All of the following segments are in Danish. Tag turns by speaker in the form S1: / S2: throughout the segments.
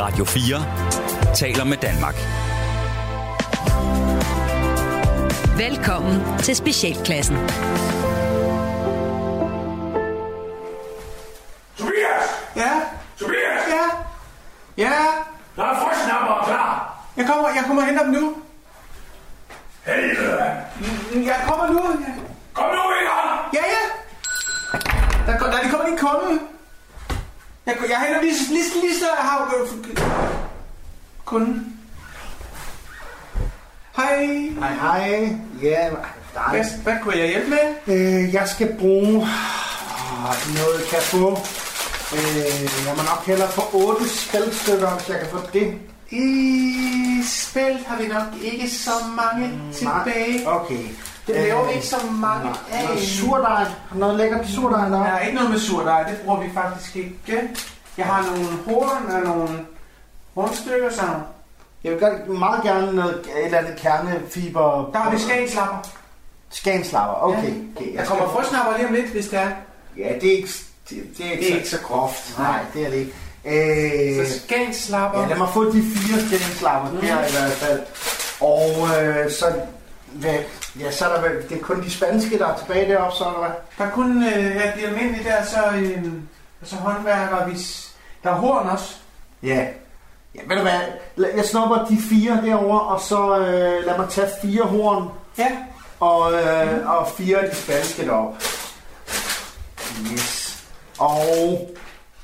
S1: Radio 4 taler med Danmark.
S2: Velkommen til Specialklassen.
S3: Tobias!
S4: Ja,
S3: Tobias!
S4: ja, ja.
S3: Der er frøsnapper klar!
S4: Jeg kommer, jeg kommer og henter dem nu.
S3: Helvede, mand!
S4: Jeg kommer nu.
S3: Kom nu, Inger!
S4: Ja, ja. Der, går, der, de kommer lige kunden. Jeg, jeg henter dem lige, så- lige, lige så jeg har øh, kunden. Hej.
S5: Hej, hej. Ja, dig.
S4: Hvad, hvad kunne jeg hjælpe med?
S5: Øh, jeg skal bruge åh, noget kan jeg få. Øh, jeg må nok hellere få otte spilstykker, hvis jeg kan få det.
S4: I spil har vi nok ikke så mange tilbage.
S5: Okay. Øh,
S4: Det laver vi ikke så mange
S5: Nej,
S4: af.
S5: noget surdej. Har du noget lækkert surdej der?
S4: Der er ikke noget med surdej, det bruger vi faktisk ikke. Jeg har nogle horn og nogle hornstykker sammen.
S5: Jeg vil godt, meget gerne noget, et eller andet kernefiber.
S4: Der har vi skagenslapper.
S5: Skanslapper, okay.
S4: Ja.
S5: okay
S4: Der kommer frøsnapper lige om lidt, hvis det er.
S5: Ja, det er ikke, det, det er ikke,
S4: Det er
S5: så,
S4: ikke så
S5: groft.
S4: Nej.
S5: Nej, det er det ikke. Øh,
S4: Så skagenslapper.
S5: Ja, lad mig få de fire skændeslapper mm. der i hvert fald. Og øh, så, hvad, ja, så er der vel, det er kun de spanske, der er tilbage deroppe, så er der hvad?
S4: Der er kun øh, ja, de almindelige der, så, øh, og så håndværker vi. s- Der er horn også.
S5: Ja. Ja, ved du hvad, la- jeg snupper de fire derovre, og så øh, lad mig tage fire horn
S4: Ja,
S5: og, øh, og fire af de spanske deroppe. Yes. Og,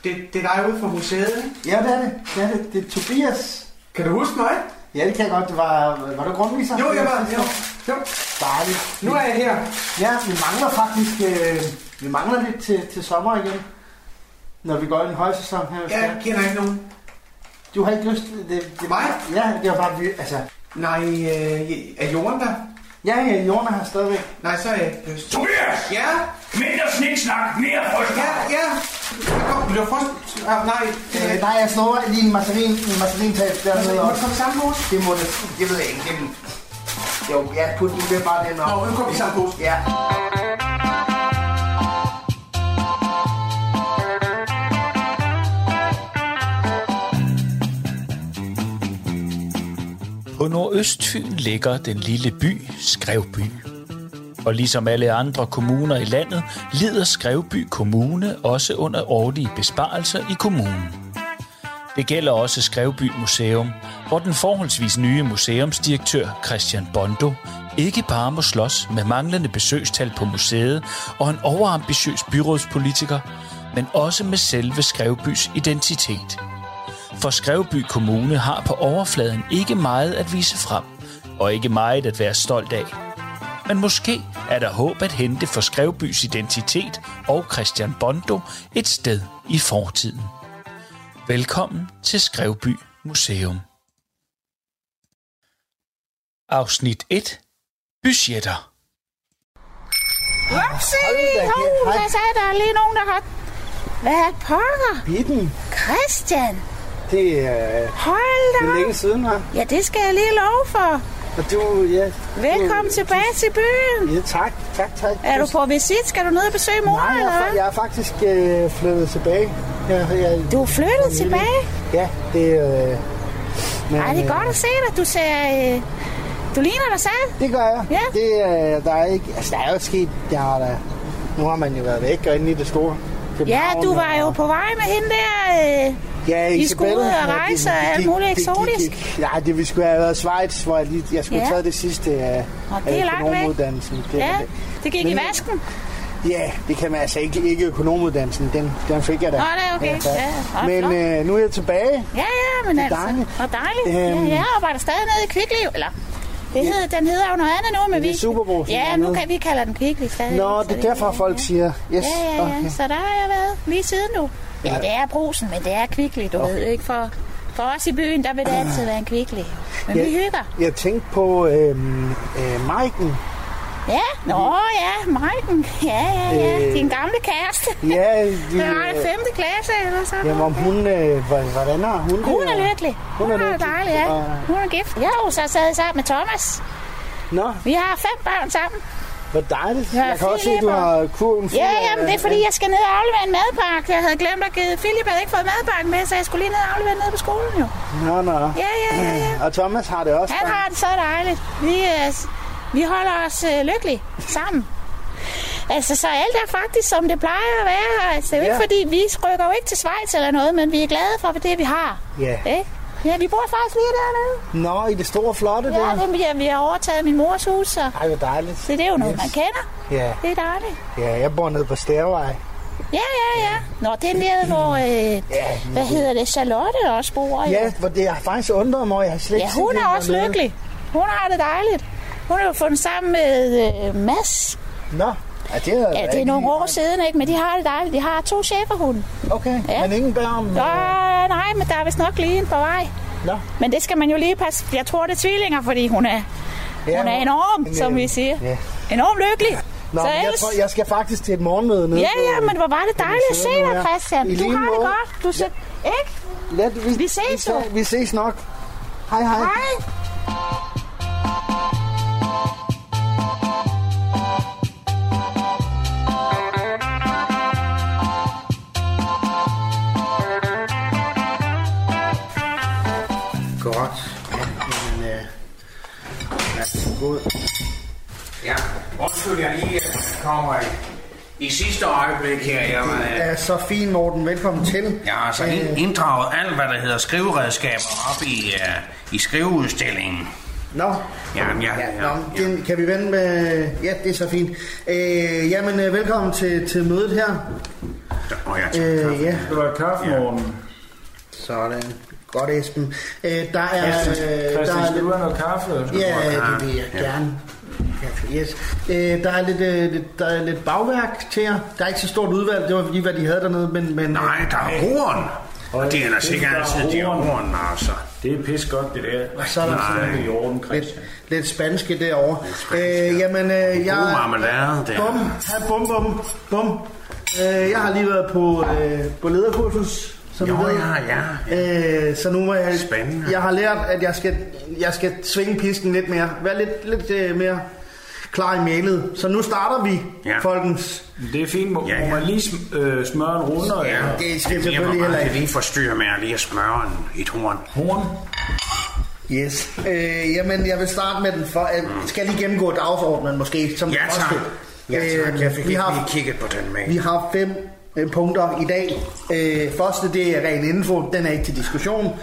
S4: det, det er dig ude for museet. ikke?
S5: ja, det er det. Det er det. Det er Tobias.
S4: Kan du huske mig?
S5: Ja, det kan jeg godt. Det var, var du grundviser?
S4: Jo, jeg var. Jo, jo.
S5: Dejligt.
S4: Nu er jeg her.
S5: Ja, vi mangler faktisk øh, vi mangler lidt til, til sommer igen. Når vi går i en højsæson her. i
S4: Jeg
S5: Skjern.
S4: kender ikke nogen.
S5: Du har ikke lyst til det, det.
S4: Mig?
S5: Ja, det var bare, vi, altså...
S4: Nej, øh, er jorden der?
S5: Ja, ja, jorden er her stadigvæk.
S4: Nej, så er jeg ikke lyst.
S3: Tobias!
S4: Ja,
S3: Mindre sniksnak, mere
S4: ja,
S3: frøsnapper!
S4: ja. Der kom, det var først... Ah, nej, det er
S5: Øh,
S4: ikke.
S5: nej, jeg snor lige en marcerin, en marcerin-tab
S4: Altså,
S5: dernede
S4: må
S5: også.
S4: komme samme hos?
S5: Det må det, det ved jeg ikke. Det, jo, ja, put nu det bare den op.
S4: Nå, nu kommer vi samme hos.
S5: Ja.
S6: På Nordøstfyn ligger den lille by Skrevby. Og ligesom alle andre kommuner i landet, lider Skrevby Kommune også under årlige besparelser i kommunen. Det gælder også Skrevby Museum, hvor den forholdsvis nye museumsdirektør Christian Bondo ikke bare må slås med manglende besøgstal på museet og en overambitiøs byrådspolitiker, men også med selve Skrevbys identitet – for Skrevby Kommune har på overfladen ikke meget at vise frem, og ikke meget at være stolt af. Men måske er der håb at hente for Skrevbys identitet og Christian Bondo et sted i fortiden. Velkommen til Skrevby Museum. Afsnit 1. Budgetter.
S7: Upsi!
S5: da kæft.
S7: Hov,
S5: Hej.
S7: hvad sagde der er lige nogen, der har... Hvad pokker?
S5: Bitten,
S7: Christian,
S5: det er
S7: hold da op.
S5: længe siden her.
S7: Ja, det skal jeg lige love for.
S5: Og du, ja...
S7: Velkommen tilbage til byen.
S5: Ja, tak, tak, tak.
S7: Er du på visit? Skal du ned og besøge mor,
S5: Nej,
S7: eller
S5: jeg, er fa-
S7: hvad?
S5: jeg er faktisk øh, flyttet tilbage. Jeg, jeg,
S7: Du er flyttet tilbage?
S5: Ja, det... Øh, men,
S7: Ej, det er
S5: øh,
S7: godt at se dig. Du ser... Øh, du ligner dig selv.
S5: Det gør jeg.
S7: Ja.
S5: Det, øh, der er ikke, altså, der er jo sket, jeg har da, nu har man jo været væk og inde i det store.
S7: Ja,
S5: København,
S7: du var jo
S5: og-
S7: på vej med hende der... Øh,
S5: ja,
S7: i
S5: Isabella,
S7: skole og
S5: ja, det-
S7: rejse
S5: det
S7: og alt
S5: gik-
S7: muligt
S5: det gik
S7: eksotisk.
S5: ikke. Nej, det vi skulle have været i Schweiz, hvor jeg, lige, jeg skulle
S7: Ja.
S5: have taget det sidste af
S7: og det
S5: af
S7: er langt væk.
S5: økonomuddannelsen. Det,
S7: Ja, det gik i
S5: Men-
S7: vasken.
S5: Ja, det kan man altså ikke, ikke økonomuddannelsen, den, den fik jeg da.
S7: Nå, det er okay.
S5: Altså,
S7: Ja, hold
S5: Men
S7: da.
S5: øh, nu er jeg tilbage.
S7: Ja, ja, men
S5: Det er
S7: altså...
S5: dejligt.
S7: Og dejligt.
S5: Øhm.
S7: Ja, jeg arbejder stadig nede i Kvikliv, eller... Det hed, den hedder jo noget andet nu, men
S5: det er
S7: vi...
S5: Superbrugsen
S7: Ja,
S5: dernede.
S7: nu kan vi kalder den Kvickly stadig.
S5: Nå,
S7: så
S5: det er derfor, folk siger, yes,
S7: Ja, ja, ja.
S5: okay.
S7: Så der har jeg været lige siden nu. Ja, det er brusen, men det er Kvickly, du ved ikke. For, for os i byen, der vil det altid være en Kvickly. Men
S5: Ja.
S7: vi hygger.
S5: Jeg tænkte på øhm, øh, Maiken.
S7: Ja, nå ja, Maiken. Ja, ja, ja.
S5: Øh.
S7: Din gamle kæreste.
S5: Ja, de,
S7: Den var i 5. klasse eller sådan
S5: Jamen, om
S7: noget.
S5: hun, øh, hvor- hvordan har hun det?
S7: Hun
S5: Og-
S7: er lykkelig. Hun,
S5: er
S7: har det
S5: lykkelig,
S7: dejligt, ja.
S5: og-
S7: Hun er gift. Jo, så sad jeg sammen med Thomas.
S5: Nå,
S7: Vi har fem børn sammen.
S2: Hvor dejligt.
S7: Ja,
S2: jeg kan også se, at du
S7: Philip og-
S2: har kurven fuld
S7: Ja,
S2: af-
S7: jamen, det er fordi, jeg skal ned og aflevere en madpakke. Jeg havde glemt at give... Philip havde ikke fået madpakken med, så jeg skulle lige ned og aflevere den nede på skolen jo.
S2: Nå, nå.
S7: Ja, ja, ja, ja.
S2: Og Thomas har det også.
S7: Han
S2: dejligt.
S7: har det så dejligt. Vi, øh, vi holder os øh, lykkelige sammen. Altså, så alt er faktisk, som det plejer at være. Altså, det er jo ikke,
S2: Ja.
S7: fordi vi rykker jo ikke til Schweiz eller noget, men vi er glade for det, vi har.
S2: Ja.
S7: Ikke? Ja, vi bor faktisk lige dernede.
S2: Nå, i det store flotte
S7: Ja,
S2: der.
S7: det, vi, har- vi har overtaget min mors hus, så
S2: Ej, hvor dejligt.
S7: så det er jo noget, man kender.
S2: Ja,
S7: Det er dejligt.
S2: ja, jeg bor nede på Stærvej.
S7: Ja, ja, ja. Nå, det er der, hvor, øh, hvad hedder det, Charlotte også bor. jo.
S2: Ja, hvor det jeg har faktisk undret mig, over, jeg har slet
S7: Ja,
S2: ikke set
S7: hun er
S2: hende
S7: også
S2: dernede.
S7: lykkelig. Hun har det dejligt. Hun er jo fundet sammen med øh, Mads.
S2: Nå, ja, det er,
S7: Ja, det er nogle år siden, ikke? Men de har det dejligt. De har to schæferhunde.
S2: Okay,
S7: Ja.
S2: ja. men ingen børn.
S7: Nå, nej, men der er vist nok lige en på vej.
S2: Nå.
S7: Men det skal man jo lige passe. Jeg tror, det er tvillinger, fordi hun er,
S2: Ja,
S7: hun er
S2: hun-
S7: enorm,
S2: en,
S7: som
S2: øh,
S7: vi siger.
S2: ja.
S7: Enorm lykkelig.
S2: Nå,
S7: så
S2: men jeg,
S7: ellers...
S2: tror, jeg skal faktisk til et morgenmøde nede.
S7: Ja,
S2: på-
S7: ja, men hvor var det dejligt at se
S2: sidde nu
S7: dig,
S2: her.
S7: Christian.
S2: I
S7: Du
S2: lige
S7: har det
S2: måde.
S7: godt. Du ser... Ikke?
S2: Lad, vi,
S7: Vi ses
S2: vi,
S7: jo.
S2: vi, vi ses nok. Hej, hej.
S7: Hej.
S5: Godt. Ja, men, øh, ja, god.
S3: Ja, undskyld, jeg lige øh, kommer i, i sidste øjeblik her. Jeg,
S5: Det
S3: øh,
S5: er så fint, Morten. Velkommen til.
S3: jeg har så
S2: Øh,
S3: ind- inddraget alt, hvad der hedder skriveredskaber op i, øh, i skriveudstillingen.
S5: Nå.
S3: Jamen, ja,
S5: ja,
S3: ja,
S5: nå,
S3: ja.
S5: Den kan vi vende med... Ja, det er så fint. Øh, jamen, øh, velkommen til, til mødet her.
S3: Og jeg tager
S5: Øh, ja,
S8: Det var kaffe, Morten.
S5: sådan. Godt, Esben. Øh, der er...
S8: Christian,
S5: Øh, der
S8: Christian, Ah,
S5: er
S8: skal du
S5: lidt,
S8: have noget kaffe?
S5: ja, det vil jeg gerne. Ja, Yes. Øh, der, er lidt, øh, lidt, der er lidt bagværk til jer. Der er ikke så stort udvalg. Det var lige, hvad de havde dernede, men... men
S3: Nej, der er horn. Og det er ellers
S8: det
S3: ikke
S8: er
S3: altid, det er
S8: horn.
S3: horn, altså.
S8: Det er pis godt, det der.
S5: Så er der sådan
S8: det i orden,
S5: lidt,
S8: Christian.
S5: lidt spanske derovre. Øh, jamen, øh, jeg...
S3: God marmelade, det
S5: Bum,
S3: er.
S5: ha, bum, bum, bum. Øh, jeg har lige været på, øh, på lederkursus. Som
S3: Jo,
S5: I ved.
S3: ja,
S5: Øh, så nu må jeg...
S3: Spændende.
S5: Jeg har lært, at jeg skal, jeg skal svinge pisken lidt mere. Være lidt, lidt øh, mere klar i mailet. Så nu starter vi,
S3: Ja.
S5: folkens.
S8: Det er fint, må,
S3: Ja,
S8: ja,
S3: ja.
S8: ja. må man lige sm- øh, smøre en runder?
S3: Ja,
S8: eller?
S5: det skal
S3: det er
S5: selvfølgelig
S3: mere, hvor
S5: heller
S3: meget
S5: ikke.
S3: kan lige forstyrre med at lige smøre en, et horn.
S8: Horn?
S5: Yes. Øh, jamen, jeg vil starte med den for... Øh, skal jeg lige gennemgå dagsordenen måske? Som
S3: Ja,
S5: den første? Øh,
S3: tak. Øh, Ja, tak. Jeg fik
S5: vi
S3: ikke
S5: har
S3: lige kigget på den med.
S5: Vi har fem øh, punkter i dag. Øh, første, det er ren info, den er ikke til diskussion.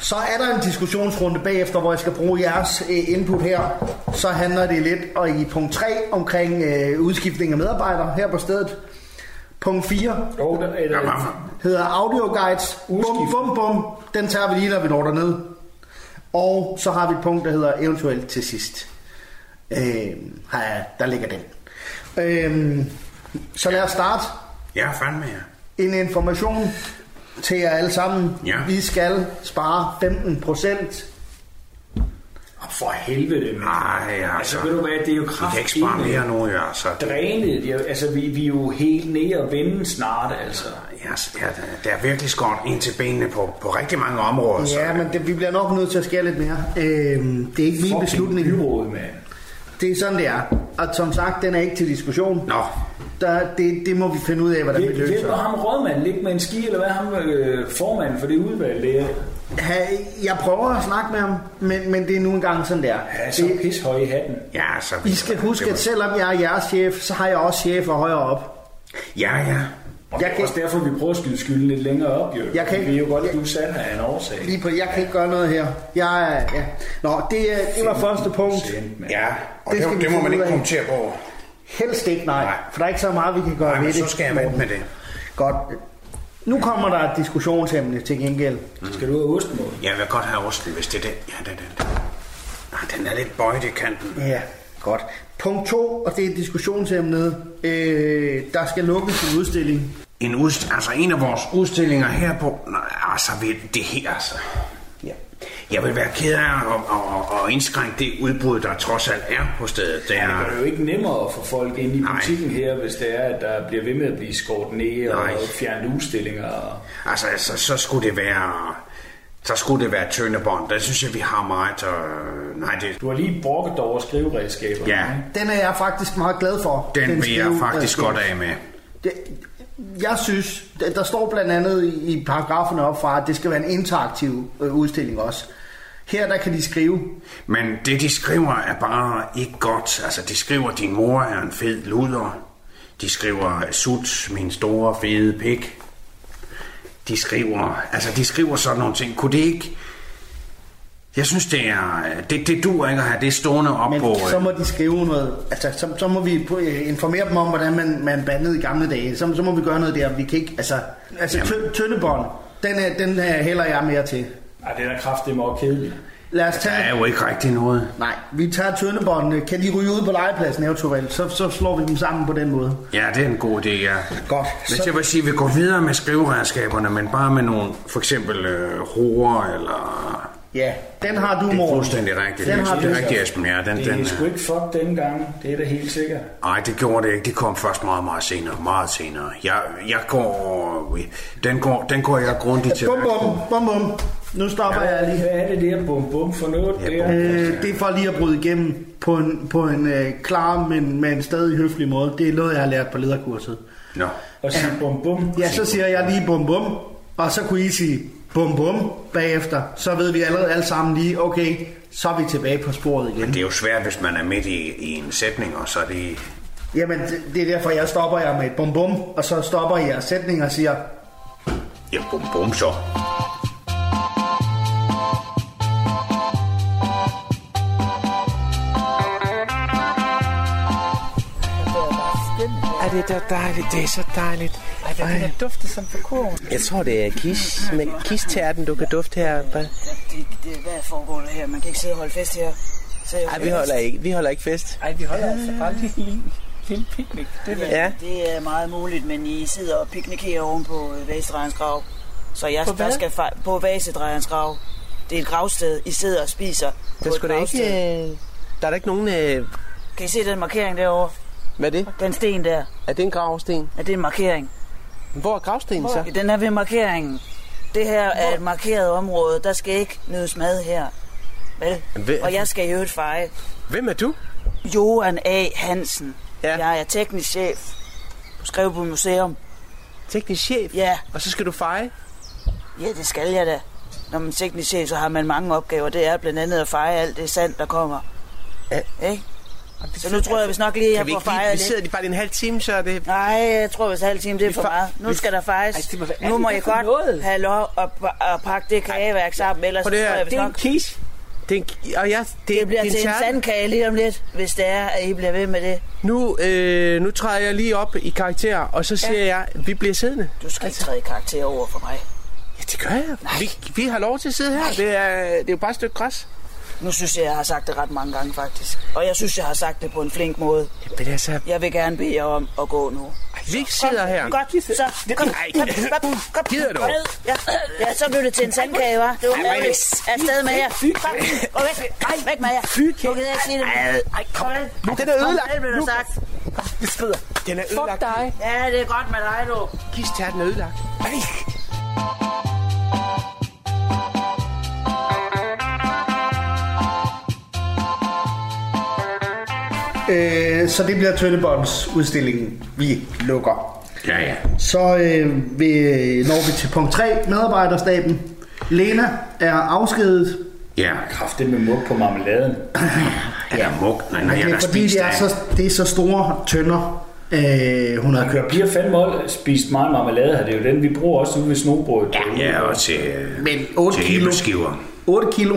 S5: Så er der en diskussionsrunde bagefter, hvor jeg skal bruge jeres øh, input her. Så handler det lidt og i punkt 3 omkring øh, udskiftning af medarbejdere her på stedet. Punkt 4
S8: Jo, der er
S3: Ja,
S8: der.
S3: hvorfor?
S5: hedder Audio Guides. Bum,
S8: Udskift.
S5: bum, bum. Den tager vi lige, når vi når derned. Og så har vi et punkt, der hedder eventuelt til sidst. Øh, her, er- der ligger den. Øh, så lad os starte
S3: Ja, fandme ja.
S5: en information til jer alle sammen.
S3: Ja.
S5: Vi skal spare 15 procent.
S8: For helvede, mand.
S3: Ej, altså.
S8: Altså, ved du hvad, det er jo øh,
S3: Vi kan ikke spare mere
S8: kraftedeme
S3: nu, jo, altså.
S8: drænet. Ja, altså, vi, vi er jo helt nede og vende snart, altså.
S3: Ja, altså, ja, der- der er virkelig skåret ind til benene på, på rigtig mange områder. Så.
S5: Ja, men det, vi bliver nok nødt til at skære lidt mere. Øhm, det er ikke min
S8: Fucking
S5: beslutning.
S8: Byråd, mand.
S5: Det er sådan, det er. Og som sagt, den er ikke til diskussion.
S3: Nå,
S5: Der, det, det må vi finde ud af, hvordan vi
S8: Hjælp- Hjælper
S5: løser.
S8: ham rådmanden, ligge med en ski, eller hvad er ham øh, formanden for det udvalg der?
S5: Ha, jeg prøver at snakke med ham, men, men det er nu engang sådan, det er.
S8: Ja, så
S5: Det,
S8: pishøj i hatten.
S3: ja, altså.
S5: I skal huske,
S3: det
S5: at
S3: var-
S5: selvom jeg er jeres chef, så har jeg også chefer højere op.
S3: Ja, ja.
S8: Og
S5: Jeg
S8: det er
S5: kan-
S8: også derfor, vi prøver at skyde skylden lidt længere op, jo.
S5: Jeg kan-
S8: Vi er jo godt,
S5: jeg-
S8: at du selv er en årsag.
S5: Lige på, jeg kan ikke gøre noget her. Jeg, er- ja. Nå, det, er- det var første punkt.
S8: Sent, mand.
S3: Ja, og
S5: Det
S3: det,
S5: skal
S3: det,
S5: vi
S3: det må
S5: finde
S3: man
S5: ud
S3: ikke
S5: af.
S3: kommentere på.
S5: Helst ikke, nej.
S3: Nej.
S5: For der er ikke så meget, vi kan gøre
S3: Nej,
S5: ved
S3: men
S5: det.
S3: så skal jeg vente med det.
S5: Godt. Nu kommer der et diskussionsemne til gengæld.
S8: Skal du have ostmål?
S3: Jeg vil godt have osten, hvis det er den. Ja, det er den. Nej, den er lidt bøjet i kanten.
S5: Ja, godt. Punkt 2, og det er diskussionsemnet. Øh, der skal lukkes en udstilling.
S3: En udst- altså en af vores udstillinger her på... Nej, altså ved det her, altså.
S5: Ja.
S3: Jeg vil være ked af at, at, at, at indskrænke det udbud, der trods alt er på stedet. Det
S8: Det gør det
S3: er,
S8: jo ikke nemmere at få folk ind i
S3: Nej.
S8: butikken her, hvis det er, at der bliver ved med at blive skåret ned og
S3: Nej.
S8: fjernet udstillinger. og-
S3: altså, altså, så skulle det være så skulle det være tøndebånd. Der synes jeg, vi har meget. Øh, nej, det,
S8: Du har lige brokket dig over skriveredskaber.
S3: ja,
S5: Den er jeg faktisk meget glad for.
S3: den vil jeg
S5: skrive-
S3: faktisk
S5: øh,
S3: godt af med.
S5: Det, jeg synes, der- der står blandt andet i i paragraferne op fra, at det skal være en interaktiv øh, udstilling også. Her der kan de skrive.
S3: Men det, de skriver, er bare ikke godt. Altså, de skriver, din mor er en fed luder. De skriver, sut, min store fede pik. De skriver, altså, de skriver sådan nogle ting. Kunne det ikke... Jeg synes, det er... Det, det dur ikke at have det stående op
S5: Men
S3: på... øh,
S5: så må de skrive noget. Altså, så, så må vi på- øh, informere dem om, hvordan man, man bandede i gamle dage. Så, så må vi gøre noget der. Vi kan ikke, altså, altså tø, tøndebånd, den, er, den er heller jeg mere til.
S8: Ej, det er da kraftedeme og kedeligt.
S5: Lad os
S3: Altså, Der
S5: tage...
S3: er jo ikke rigtig noget.
S5: Nej, vi tager tøndebåndene. Kan de ryge ud på legepladsen, Eventuelt? Så, så slår vi dem sammen på den måde.
S3: Ja, det er en god idé, ja.
S5: Godt.
S3: Hvis
S5: Så-
S3: jeg vil sige, at vi går videre med skriveredskaberne, men bare med nogle, for eksempel øh, roer eller...
S5: Ja, den har du,
S3: Det er
S5: Morten.
S3: fuldstændig rigtigt.
S5: Den
S3: Det er
S5: har du.
S3: rigtigt, Esben. Ja, den,
S8: Det
S3: den, øh,
S8: er sgu ikke fuck dengang. Det er da helt sikkert.
S3: Nej, det gjorde det ikke. Det kom først meget, meget senere. Meget senere. Jeg, jeg går... Den går, den går jeg grundigt til.
S5: Bum, bum, bum, bum. Nu stopper jeg lige.
S8: Hvad er det der bum bum for noget
S3: Ja,
S8: der?
S3: bum.
S5: Øh, det er for lige at bryde igennem på en, på en øh, klar, men, men stadig høflig måde. Det er noget, jeg har lært på lederkurset.
S3: Nå.
S8: Og sige bum bum.
S5: Ja, så siger jeg lige bum bum, og så kunne I sige bum bum bagefter. Så ved vi allerede alle sammen lige, okay, så er vi tilbage på sporet igen.
S3: Det er jo svært, hvis man er midt i, i en sætning, og så er det...
S5: Jamen, det, det er derfor, jeg stopper jer med et bum bum, og så stopper I jeres sætning og siger,
S3: Ja, bum, bum, så.
S4: Er det da dejligt? Det er så dejligt.
S7: Ej, det kan dufte som for kurven.
S4: Jeg tror, det er kis, men kistærten, du kan dufte her. André.
S7: Det, det, hvad foregår der her? Man kan ikke sidde og holde fest her. Så jeg
S4: Ej, vi holder ikke, vi holder ikke fest.
S7: Ej, vi holder altså bare lige.
S8: Lille picnic. Det er
S4: Ja,
S7: Det er meget muligt, men I sidder og piknikerer oven på øh, Vasedrejerens grav. Så jeg
S4: På
S7: på
S4: hvad?
S7: der skal fa- på Vasedrejerens grav. Det er et gravsted. I sidder og spiser
S4: der
S7: på et
S4: skulle da ikke...
S7: gravsted.
S4: Øh, der er da ikke nogen... Øh,
S7: Kan I se den markering derovre?
S4: hvad er det?
S7: Den sten der.
S4: Er det en gravsten?
S7: Er det en markering?
S4: Hvor er gravstenen så?
S7: Den er ved markeringen. Det her er et markeret område. Der skal ikke nydes mad her. Vel?
S4: Hvem-
S7: Og jeg skal i øvrigt feje.
S4: Hvem er du?
S7: Johan A. Hansen.
S4: Ja.
S7: Ja. Jeg er teknisk chef på Skrevby Museum.
S4: Teknisk chef?
S7: Ja,
S4: Og så skal du feje?
S7: ja, det skal jeg da. Når man er teknisk chef, så har man mange opgaver. Det er blandt andet at feje alt det sand, der kommer.
S4: Ja.
S7: Ikke? Så nu tror jeg vist nok lige, at
S4: Kan
S7: jeg
S4: vi
S7: får
S4: ikke lige, vi
S7: fejret
S4: sidder
S7: lidt.
S4: lige bare lige en halv time, så er det...
S7: Nej, jeg tror vist halv time, det er for
S4: fa-
S7: meget. Nu skal der
S4: Ej,
S7: faktisk...
S4: det må være-
S7: nu må
S4: er det
S7: jeg
S4: for
S7: godt
S4: noget?
S7: have lov at, at pakke det kageværk sammen, ellers
S4: Prøv
S7: tror
S4: lige at høre,
S7: jeg vist
S4: det er
S7: nok...
S4: kis. Det er en, ki- og jeg, det,
S7: Det bliver
S4: det er
S7: til en
S4: tærte.
S7: sandkage lige om lidt, hvis det er, at I bliver ved med det.
S4: Nu, øh, nu træder jeg lige op i karakter, og så siger ja. jeg, vi bliver siddende.
S7: Du skal ikke træde i karakter over for mig.
S4: Ja, det gør jeg. Vi, vi har lov til at sidde her. Det er, det er jo bare et stykke græs.
S7: Nu synes jeg, jeg har sagt det ret mange gange, faktisk. Og jeg synes, jeg har sagt det på en flink måde.
S4: Men altså,
S7: Jeg vil gerne bede jer om at gå nu.
S4: vi sidder her.
S7: Godt, så kom,
S4: Ej,
S7: kom, kom, kom,
S4: gider du?
S7: kom ned. Ja, ja, så blev det til en sandkage, hva'? Det var ærgerligt. Afsted med jer. Kom, gå væk. Ej, væk med jer. Nu gider jeg ikke sige det. Ej, kom ned.
S4: Nu, den er ødelagt.
S7: Det blev der sagt.
S4: Den er ødelagt.
S7: Ja, det er godt med dig, du.
S4: Kistærten er ødelagt.
S5: øh, så det bliver tøndebåndsudstillingen, vi lukker.
S3: Ja, ja.
S5: Så øh, vi, når vi til punkt 3, medarbejderstaben. Lena er afskedet.
S3: Ja,
S8: Kraft det med mug på marmeladen.
S3: eller mug. Nej, nej,
S5: Men
S3: jeg
S5: det
S3: har
S5: er fordi,
S3: spist
S5: det er,
S3: af.
S5: så, det er så store tønder, øh, hun har kørt.
S8: Kører piger fandme mål, spist meget marmelade her. Det er jo den, vi bruger også ude ved snobrødet.
S3: Ja, og til, øh,
S5: Men 8
S3: til
S5: kilo,
S3: æbleskiver.
S5: 8 kilo,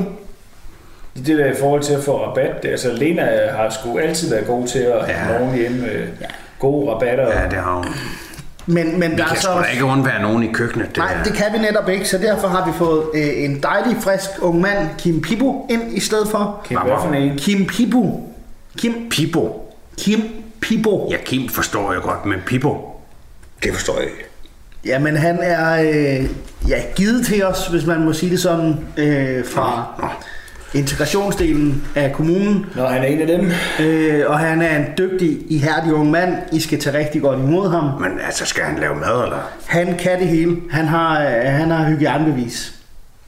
S8: Det der i forhold til at få rabat, det, altså Lena har sgu altid været god til at
S3: Ja.
S8: have nogen hjemme. Øh, Gode rabatter.
S3: Ja, det har hun.
S5: men, men der er
S3: Jeg
S5: så
S3: skulle da ikke undvære nogen i køkkenet. Det
S5: Nej,
S3: der.
S5: det kan vi netop ikke, så derfor har vi fået øh, en dejlig, frisk ung mand, Kim Pibo, ind i stedet for.
S8: Kim, hvad for en?
S5: Kim Pibo. Kim,
S3: Pibo.
S5: Kim Pibo.
S3: Ja, Kim forstår jeg godt, men Pibo, det forstår jeg ikke.
S5: Jamen, han er øh, ja, givet til os, hvis man må sige det sådan, øh, fra
S3: Nå.
S5: integrationsdelen af kommunen.
S8: Når han er en af dem.
S5: Øh, og han er en dygtig, ihærdig ung mand. I skal tage rigtig godt imod ham.
S3: Men altså, skal han lave mad, eller?
S5: Han kan det hele. Han har, øh, han har hygiejnebevis.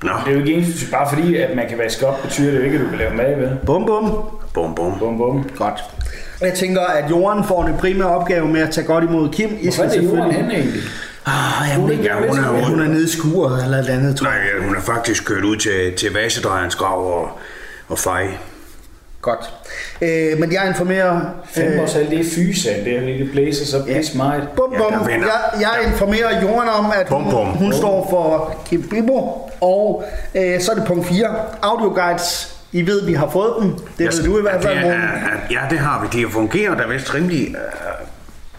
S3: Nå.
S8: Det er jo ikke ens, bare fordi, at man kan vaske op, betyder det jo ikke, at du kan lave mad, vel?
S5: Bum, bum.
S3: Bum, bum.
S8: Bum, bum.
S5: Godt. Jeg tænker, at Jorden får en primær opgave med at tage godt imod Kim. I
S8: Hvor er det jorden henne egentlig?
S5: Ah, jeg, hun,
S3: Ja, hun er
S5: hun
S3: ude.
S5: er nede i skuret eller et eller andet, tror jeg.
S3: Nej, ja, hun er faktisk kørt ud til, til Vassedrejerens grav og, og fej.
S5: Godt. Øh, men jeg informerer... øh,
S8: Fem år selv, det er fysand, det er fordi det blæser så pis meget.
S5: Bum,
S3: Ja,
S5: bum.
S3: der vinder.
S5: jeg, jeg informerer Jorden om, at hun,
S3: Bum, bum. Oh.
S5: hun står for Kim Bibo. Og øh, så er det punkt 4. Audioguides. I ved, vi har fået dem. Det ved du i hvert fald,
S3: Ja,
S5: Morten.
S3: det er- ja, det har vi. Det fungerer da vist rimelig... Øh,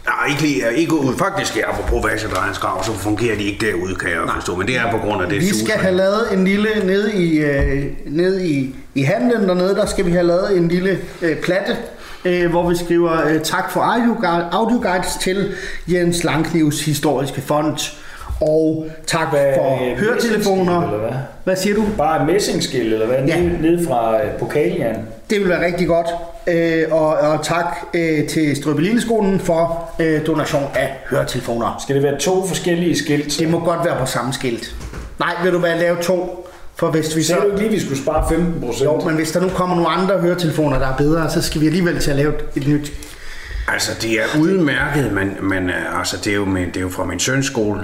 S3: nej, ikke, lige, øh, ikke ud. Faktisk, ja, apropos Vassedrejerens grav, så fungerer de ikke derude, kan jeg forstå. Men det er på grund af det
S5: Vi skal
S3: susende.
S5: have lavet en lille, nede i, øh, nede i, i handlen dernede, der skal vi have lavet en lille øh, platte, øh, hvor vi skriver øh, tak for audioguide- audioguides til Jens Langknivs historiske fond. Og tak
S8: Hvad,
S5: for
S8: øh,
S5: høretelefoner.
S8: eller hvad?
S5: Hvad siger du?
S8: Bare et messingskilt, eller hvad?
S5: Ja.
S8: Ja. Ned, ned fra øh, pokalen.
S5: Det vil være rigtig godt. Øh, og, og tak øh, til Strøbelilleskolen for øh, donation af høretelefoner.
S8: Skal det være to forskellige skilt?
S5: Det må godt være på samme skilt. Nej, vil du være lave to? For hvis vi så...
S8: Sagde du ikke lige, at vi skulle spare 15 procent?
S5: Jo, men hvis der nu kommer nogle andre høretelefoner, der er bedre, så skal vi alligevel til at lave et nyt.
S3: Altså, det er udmærket, men, men øh, altså, det, er jo min, det er jo fra min søns skole.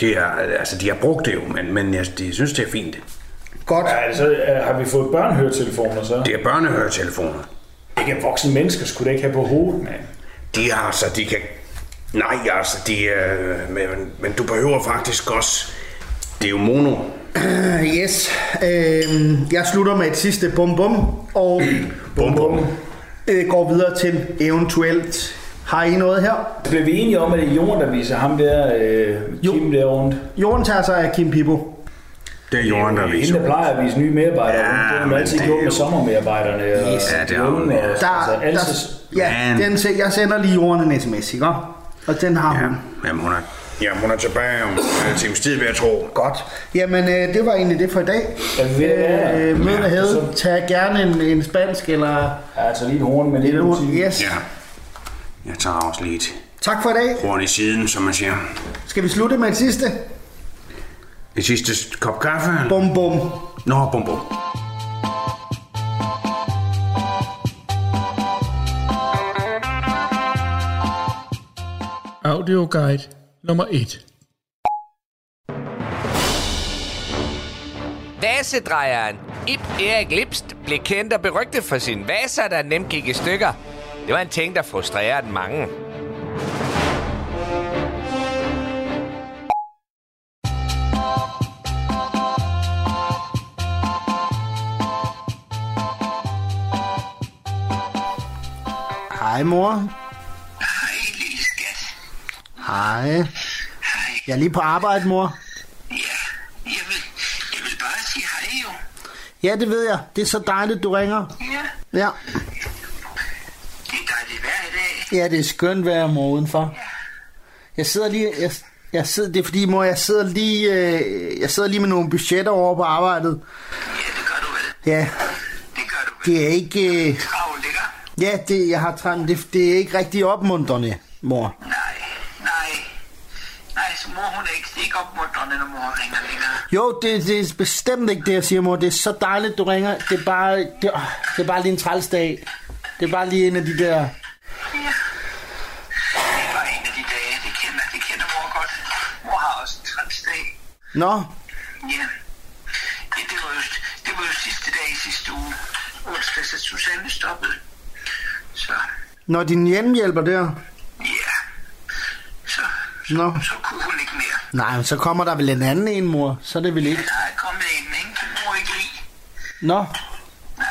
S3: Det er, altså, de har brugt det jo, men, men jeg, de synes, det er fint.
S5: Godt.
S8: Ja, altså, øh, har vi fået børnehøretelefoner så?
S3: Det er børnehøretelefoner.
S8: Det kan voksne mennesker skulle da ikke have på hovedet, mand.
S3: De har altså, de kan... Nej, altså, de er... Men, men du behøver faktisk også... Det er jo mono.
S5: Øh, Yes. Øh, jeg slutter med et sidste bum bum, og
S3: Bum, bum.
S5: øh, går videre til eventuelt. Har I noget her?
S8: Så blev vi enige om, at det er jorden, der viser ham der, øh,
S5: Jo.
S8: Kim der rundt.
S5: Jorden tager sig af Kim Pippo.
S3: Det er ligesom- jorden, der
S8: Det er hende, der
S3: viser.
S8: plejer at vise nye medarbejdere.
S3: Ja,
S8: rundt. det har man
S3: men
S8: altid
S3: det er
S8: gjort med
S3: jo-
S8: sommermedarbejderne. Og
S3: Yes. Ja, det
S8: de
S3: har hun,
S8: unge
S3: ja.
S8: og-
S5: Der,
S8: altså,
S5: der,
S8: altid,
S5: ja,
S3: Man.
S5: den, se- jeg sender lige Jorden en sms, ikke? Og den har
S3: Ja,
S5: hun.
S3: jamen, hun er, ja, hun er tilbage om øh, en times tid, vil jeg tro.
S5: Godt. Jamen, øh, det var egentlig det for i dag.
S8: Er vi ved at være der?
S5: øh, mødet er
S8: Ja,
S5: hævet.
S8: så-
S5: Tag gerne en, en spansk eller...
S8: altså lige et horn med lidt musik.
S5: Yes.
S3: Ja. Jeg tager også lige et
S5: Tak for i dag.
S3: horn i siden, som man siger.
S5: Skal vi slutte med et sidste?
S3: Et sidste kop kaffe.
S5: Bum bum.
S3: Nå, bum, bum.
S9: Audioguide nummer 1.
S10: Vasedrejeren Ip Erik Lipst blev kendt og berygtet for sine vaser, der nemt gik i stykker. Det var en ting, der frustrerede mange.
S5: Hej mor.
S11: Hej, lille skat.
S5: Hej. Jeg er lige på arbejde, mor.
S11: Ja, jeg vil, jeg vil bare sige hej jo.
S5: Ja, det ved jeg. Det er så dejligt, du ringer.
S11: Ja,
S5: Ja.
S11: det er dejligt vejr i dag.
S5: Ja, det er skønt vejr, mor, udenfor. Jeg sidder lige... Jeg, jeg sidder, det er fordi, mor, jeg sidder lige, øh, jeg sidder lige med nogle budgetter over på arbejdet. Ja,
S11: Det gør du vel.
S5: det er ikke... Øh,
S11: Travlt, ikke?
S5: ja, det, jeg har travlt, men det, det er ikke rigtig opmuntrende, mor.
S11: Nej, nej. Nej, så mor hun er ikke, det er ikke opmuntrende, når mor ringer længere.
S5: Jo, det, det er bestemt ikke det, jeg siger, mor. Det er så dejligt, du ringer. Det er bare, det, åh, det er bare lige en træls dag. Det er bare lige en af de der...
S11: Ja. Det er bare en af de dage, det kender, det kender mor godt. Mor har også en træls dag.
S5: Nå,
S11: Ja. ja det, var jo, det var jo sidste dag i sidste uge. Onsdag, så Susanne stoppede. Så,
S5: når din hjemmehjælper der...
S11: ja. Så,
S5: Nå.
S11: så kunne hun ikke mere.
S5: Nej, men så kommer der vel en anden en, mor. Så er det vel ikke...
S11: Der er kommet en, ikke? Den må ikke lide.
S5: Nå,
S11: Nej.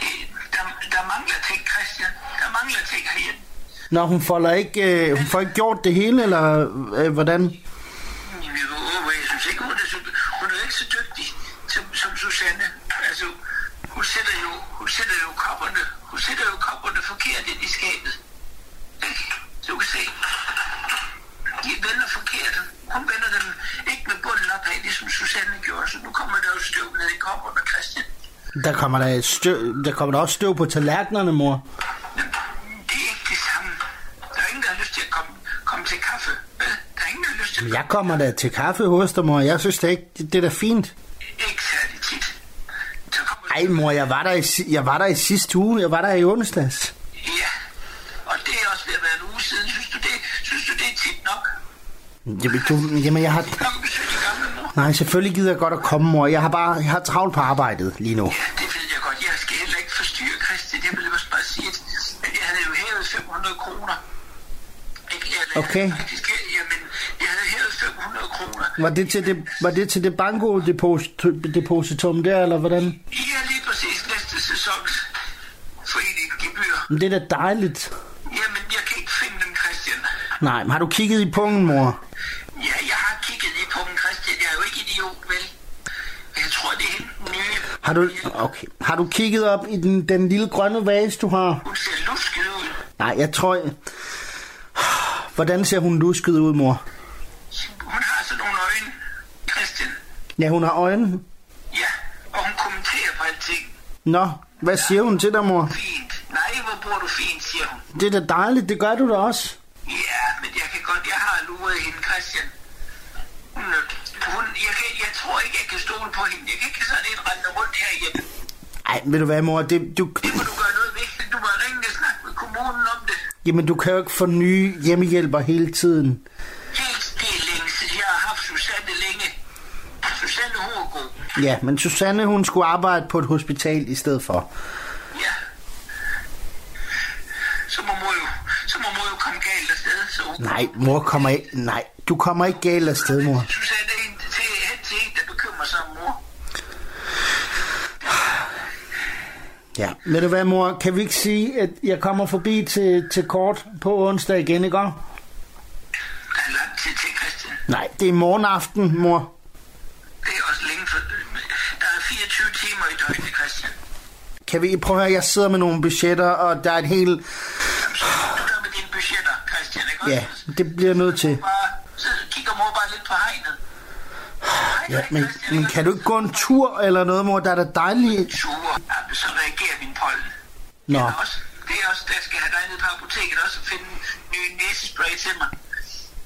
S11: Det, der, der mangler ting, Christian. Der mangler ting herhjemme.
S5: Nå, hun folder ikke... Øh, hun får ikke gjort det hele, eller øh, hvordan?
S11: Jamen, jeg ved, åh, Jeg synes ikke, hun er, så, hun er jo ikke så dygtig som, som Susanne. Altså, hun sætter jo, hun sætter jo kopperne, hun sætter jo kopperne forkert ind i skabet. Ikke? Så Du kan se. De vender forkert. Hun vender dem ikke med bunden opad, ligesom Susanne gjorde. Så nu kommer der jo støv ned i kopperne, Christian.
S5: Der kommer der, støv, der kommer der også støv på tallerkenerne, mor.
S11: Det er ikke det samme. Der er ingen, der har lyst til at komme, komme til kaffe. vel? Der er ingen, der har lyst til at
S5: jeg kommer da til kaffe hos dig, mor. Jeg synes da ikke, det, det er da fint. Ej, mor, jeg var, der i, si- jeg var der i sidste uge. Jeg var der i onsdags.
S8: Og det er også ved at være en uge siden. Synes du det, synes du, det er tit nok?
S5: Jamen, du, jamen jeg har... Nej, selvfølgelig gider jeg godt at komme, mor. Jeg har bare jeg har travlt på arbejdet lige nu.
S8: Det ved jeg godt. Jeg skal heller ikke forstyrre Christian. Jeg vil også bare sige, at at jeg havde jo hævet 500 kroner. Ikke? Jeg havde
S5: Okay.
S8: faktisk, jamen, jeg havde hævet 500 kroner.
S5: Var det til det, var det, til det bankodepositum der, eller hvordan?
S8: Ja, lige præcis næste sæsons forening gebyr.
S5: Men det er da dejligt.
S8: Jamen, jeg kan ikke finde dem, Christian.
S5: Nej, men har du kigget i pungen, mor?
S8: Ja, jeg har kigget i på dem, Christian. Jeg er jo ikke idiot, vel? Jeg tror, det er hende den nye.
S5: Har du, okay. har du kigget op i den, den lille grønne vase, du har?
S8: Hun ser lusket ud.
S5: Nej, jeg tror... Hvordan ser hun lusket ud, mor?
S8: Hun har sådan nogle øjne, Christian.
S5: Ja, hun har øjne.
S8: Ja, og hun kommenterer på alting.
S5: Nå, hvad siger hun til dig, mor?
S8: Fint. Nej, hvor bor du fint, siger hun.
S5: Det er da dejligt, det gør du da også.
S8: Ja, men jeg kan godt, jeg har luret hende, Christian. Hun, hun jeg, kan, jeg tror ikke, jeg kan stole på hende. Jeg kan ikke sådan en rende rundt herhjemme.
S5: Ej, ved du hvad, mor? Det, du,
S8: Du må ringe og snakke med kommunen om det.
S5: jamen, du kan jo ikke få nye hjemmehjælper hele tiden.
S8: Helt, det er længe siden. Jeg har haft Susanne længe. Susanne Hågaard.
S5: Ja, men Susanne, hun skulle arbejde på et hospital i stedet for.
S8: Så må mor jo, så må mor jo komme galt afsted. Så hun
S5: Nej, mor kommer ikke... Nej, du kommer ikke galt afsted, mor.
S8: Susanne er en, til, hen til en, der bekymrer sig om mor.
S5: Ja, ved du hvad, mor? Kan vi ikke sige, at jeg kommer forbi til, til kort på onsdag igen, ikke? Der er lang tid til, Christian. Nej, det er morgen aften, mor.
S8: Der er 24 timer i døgnet, Christian.
S5: Kan vi prøve at høre, jeg sidder med nogle budgetter, og der er et helt...
S8: Budgetter, Christian, ikke?
S5: Ja, det bliver jeg nødt til.
S8: Bare, så kigger mor bare lidt på hegnet.
S5: Ja, men, men kan du ikke gå en tur eller noget, mor? Der er da dejligt...
S8: Sure. Jamen, så reagerer min pollen.
S5: Nå,
S8: Det er også, der skal have dig ned på apoteket også og finde en ny næsespray til mig.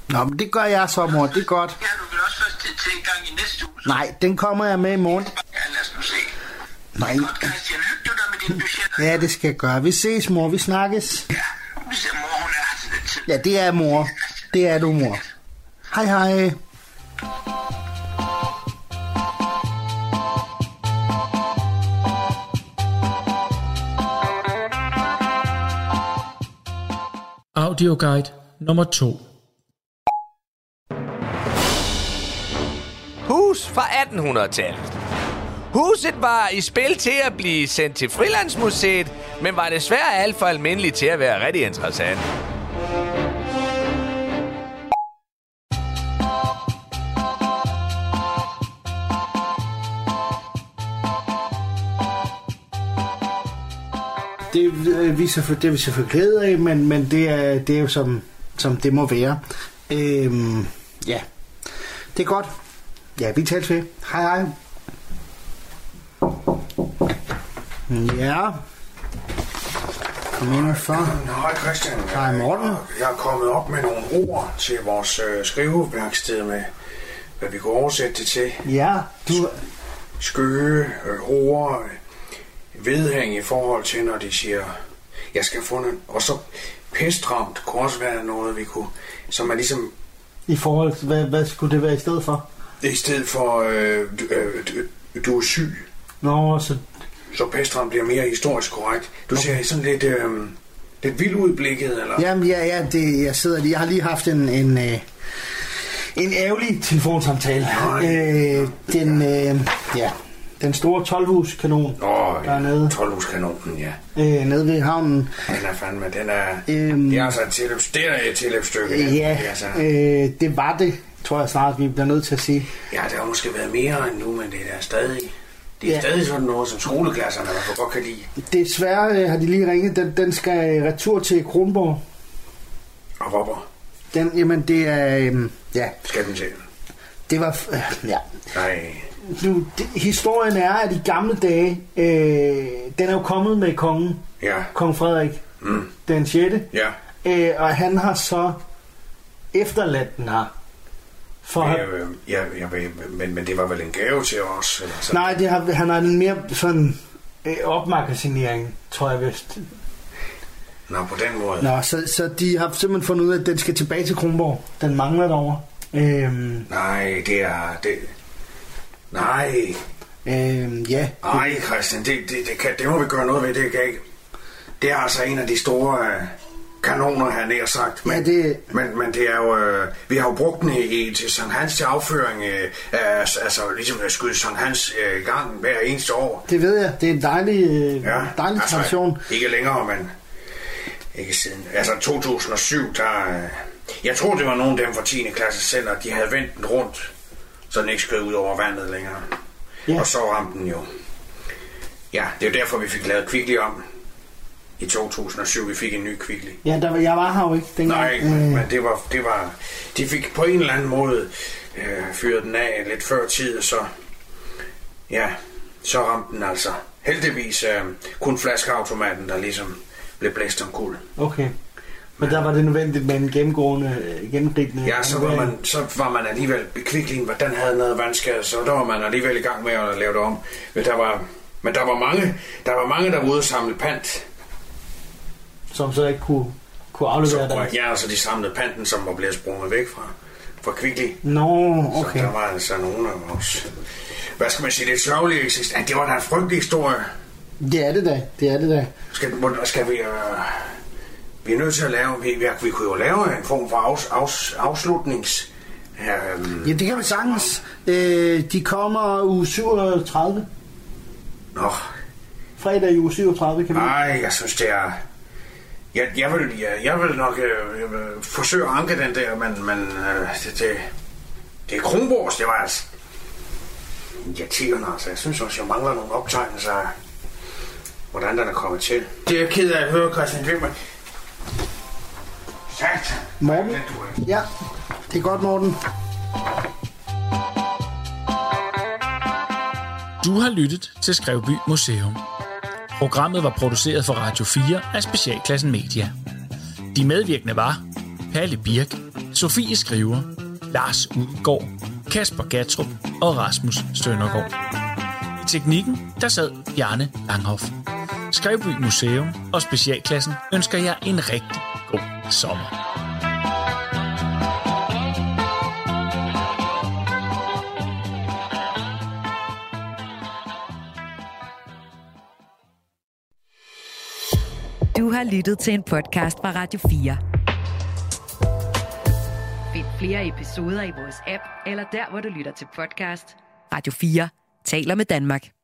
S5: Nå men det gør jeg så, mor. Det er godt.
S8: Det har du vel også først til, til en gang i næste uge.
S5: Nej, den kommer jeg med i morgen.
S8: Ja, lad os nu se.
S5: Nej.
S8: Godt, Christian, hyg du dig med din budget.
S5: Ja, det skal jeg gøre. Vi ses, mor. Vi snakkes.
S8: Hvis jeg mor, hun er til den tid.
S5: Ja, det er mor. Det er du, mor. Hej, hej.
S6: Audioguide nummer 2.
S10: Hus fra 1800-tallet. Huset var i spil til at blive sendt til Frilandsmuseet, men var desværre alt for almindeligt til at være rigtig interessant.
S5: Det øh, vi er selvfølgelig, det er vi selvfølgelig ked af, men, men det, er, det er jo som, som det må være. Øhm, ja, det er godt. Ja, vi tales ved. Hej, hej. Ja. Kom ind for.
S3: Hej Christian. Øh,
S5: Hej Morten.
S3: Jeg er kommet op med nogle ord til vores øh, skriveværksted med, hvad vi kunne oversætte det til.
S5: Ja, du...
S3: Skøge øh, ord, øh, vedhæng i forhold til, når de siger, jeg skal få noget. Og så pestramt kunne også være noget, vi kunne, som er ligesom
S5: I forhold til, hvad, hvad skulle det være i stedet for?
S3: i stedet for, øh, du, øh, du, du er syg,
S5: Nå, så...
S3: så pestramt bliver mere historisk korrekt. Du ser sådan lidt, øh, lidt vild udblikket, eller?
S5: Jamen, ja, ja, det, jeg sidder lige. Jeg har lige haft en... en øh, en ærgerlig telefonsamtale. Øh, den, øh, ja, den store 12-hus-kanon.
S3: Nå, ja. 12 kanonen ja.
S5: øh, nede ved havnen.
S3: Den er fandme, den er...
S5: Øhm,
S3: det er altså et tilløbs, det er et tilløbsstykke. den.
S5: Øh, ja,
S3: Det er altså,
S5: øh, det var det, tror jeg snart, vi bliver nødt til at sige.
S3: ja, der har måske været mere end nu, men det er der stadig... Det er
S5: Ja.
S3: stadig sådan noget, som skoleklasserne i hvert fald godt kan lide.
S5: Desværre øh, har de lige ringet, den, den skal øh, retur til Kronborg.
S3: Og hvorfor
S5: Den, jamen, det er, øh, ja,
S3: skal den til?
S5: det var, øh, ja.
S3: Nej.
S5: Nu, det, historien er, at i gamle dage, øh, den er jo kommet med kongen,
S3: Ja.
S5: kong Frederik,
S3: Mm.
S5: den 6.
S3: Ja.
S5: Øh, og han har så efterladt den her. For
S3: jeg, øh, ja, jeg, ved- men, men det var vel en gave til os? Eller sådan.
S5: Nej, det har, han har en mere sådan øh, opmagasinering, tror jeg vist.
S3: Nå, på den måde.
S5: Nå, så, så de har simpelthen fundet ud af, at den skal tilbage til Kronborg. Den mangler derovre. Øhm,
S3: Nej, det er... Det... Nej.
S5: øhm, ja.
S3: Nej, Christian, det, det, det, kan, det må vi gøre noget ved, det kan ikke. Det er altså en af de store øh, kanoner, han har sagt. Men, ja, det... men, men det er jo, øh, vi har jo brugt den i, i til Sankt Hans til afføring, øh, af, altså ligesom at skyde Sankt Hans øh, i gang hver eneste år.
S5: Det ved jeg. Det er en dejlig, øh, ja, dejlig
S3: altså,
S5: tradition.
S3: Ikke længere, men ikke siden. Altså 2007, der... øh, Jeg tror, det var nogle af dem fra 10. klasse selv, at de havde vendt den rundt, så den ikke skød ud over vandet længere. Ja. Og så ramte den jo. Ja, det er jo derfor, vi fik lavet Kvickly om. I 2007, vi fik en ny Kvickly.
S5: Ja, der, var- jeg var her jo ikke dengang. Øh,
S3: Nej, men, men det var, det var... De fik på en eller anden måde øh, fyret den af lidt før tid, så... Ja, så ramte den altså. Heldigvis øh, kun flaskeautomaten, der ligesom blev blæst omkuld.
S5: Okay. Men der var det nødvendigt med en gennemgående, øh, gennemgribende...
S3: Ja, så var man, så var man alligevel bekviklingen, hvordan havde noget vandskade, så der var man alligevel i gang med at lave det om. Men der var, men der var mange, der var mange derude og samle pant.
S5: Som så ikke kunne, kunne aflevere
S3: Som,
S5: dig.
S3: ja, og så de samlede panten, som var blevet sprunget væk fra, fra Kvickly.
S5: Nå,
S3: okay. Så der var altså nogen af vores, hvad skal man sige, lidt sørgelige eksistens. Ja, det var da en frygtelig historie.
S5: Det er det da. Det er det da.
S3: Skal, må- skal vi... Øh, vi er nødt til at lave... Vi, vi, vi kunne jo lave en form for afs, afs, afslutnings... Øhm,
S5: Ja, det kan vi sagtens. Øh, de kommer uge 37.
S3: Nå.
S5: Fredag i uge 37, kan vi...
S3: Nej, jeg synes, det er... Jeg, jeg, vil, jeg, jeg vil nok øh, øh, forsøge at anke den der, men, men øh, det, det, det er Kronborgs, det var altså irriterende. Altså. Jeg synes også, jeg mangler nogle optegnelser af, hvordan den er kommet til. Det er jeg ked af at høre, Christian Wimmer. Satan.
S5: Morten? Ja, det er godt, Morten.
S9: Du har lyttet til Skrevby Museum. Programmet var produceret for Radio 4 af Specialklassen Media. De medvirkende var Palle Birk, Sofie Skriver, Lars Udgaard, Kasper Gatrup og Rasmus Søndergaard. I teknikken der sad Bjarne Langhoff. Skrevby Museum og Specialklassen ønsker jer en rigtig god sommer.
S12: Du har lyttet til en podcast fra Radio 4.
S13: Find flere episoder i vores app, eller der, hvor du lytter til podcast.
S12: Radio 4 taler med Danmark.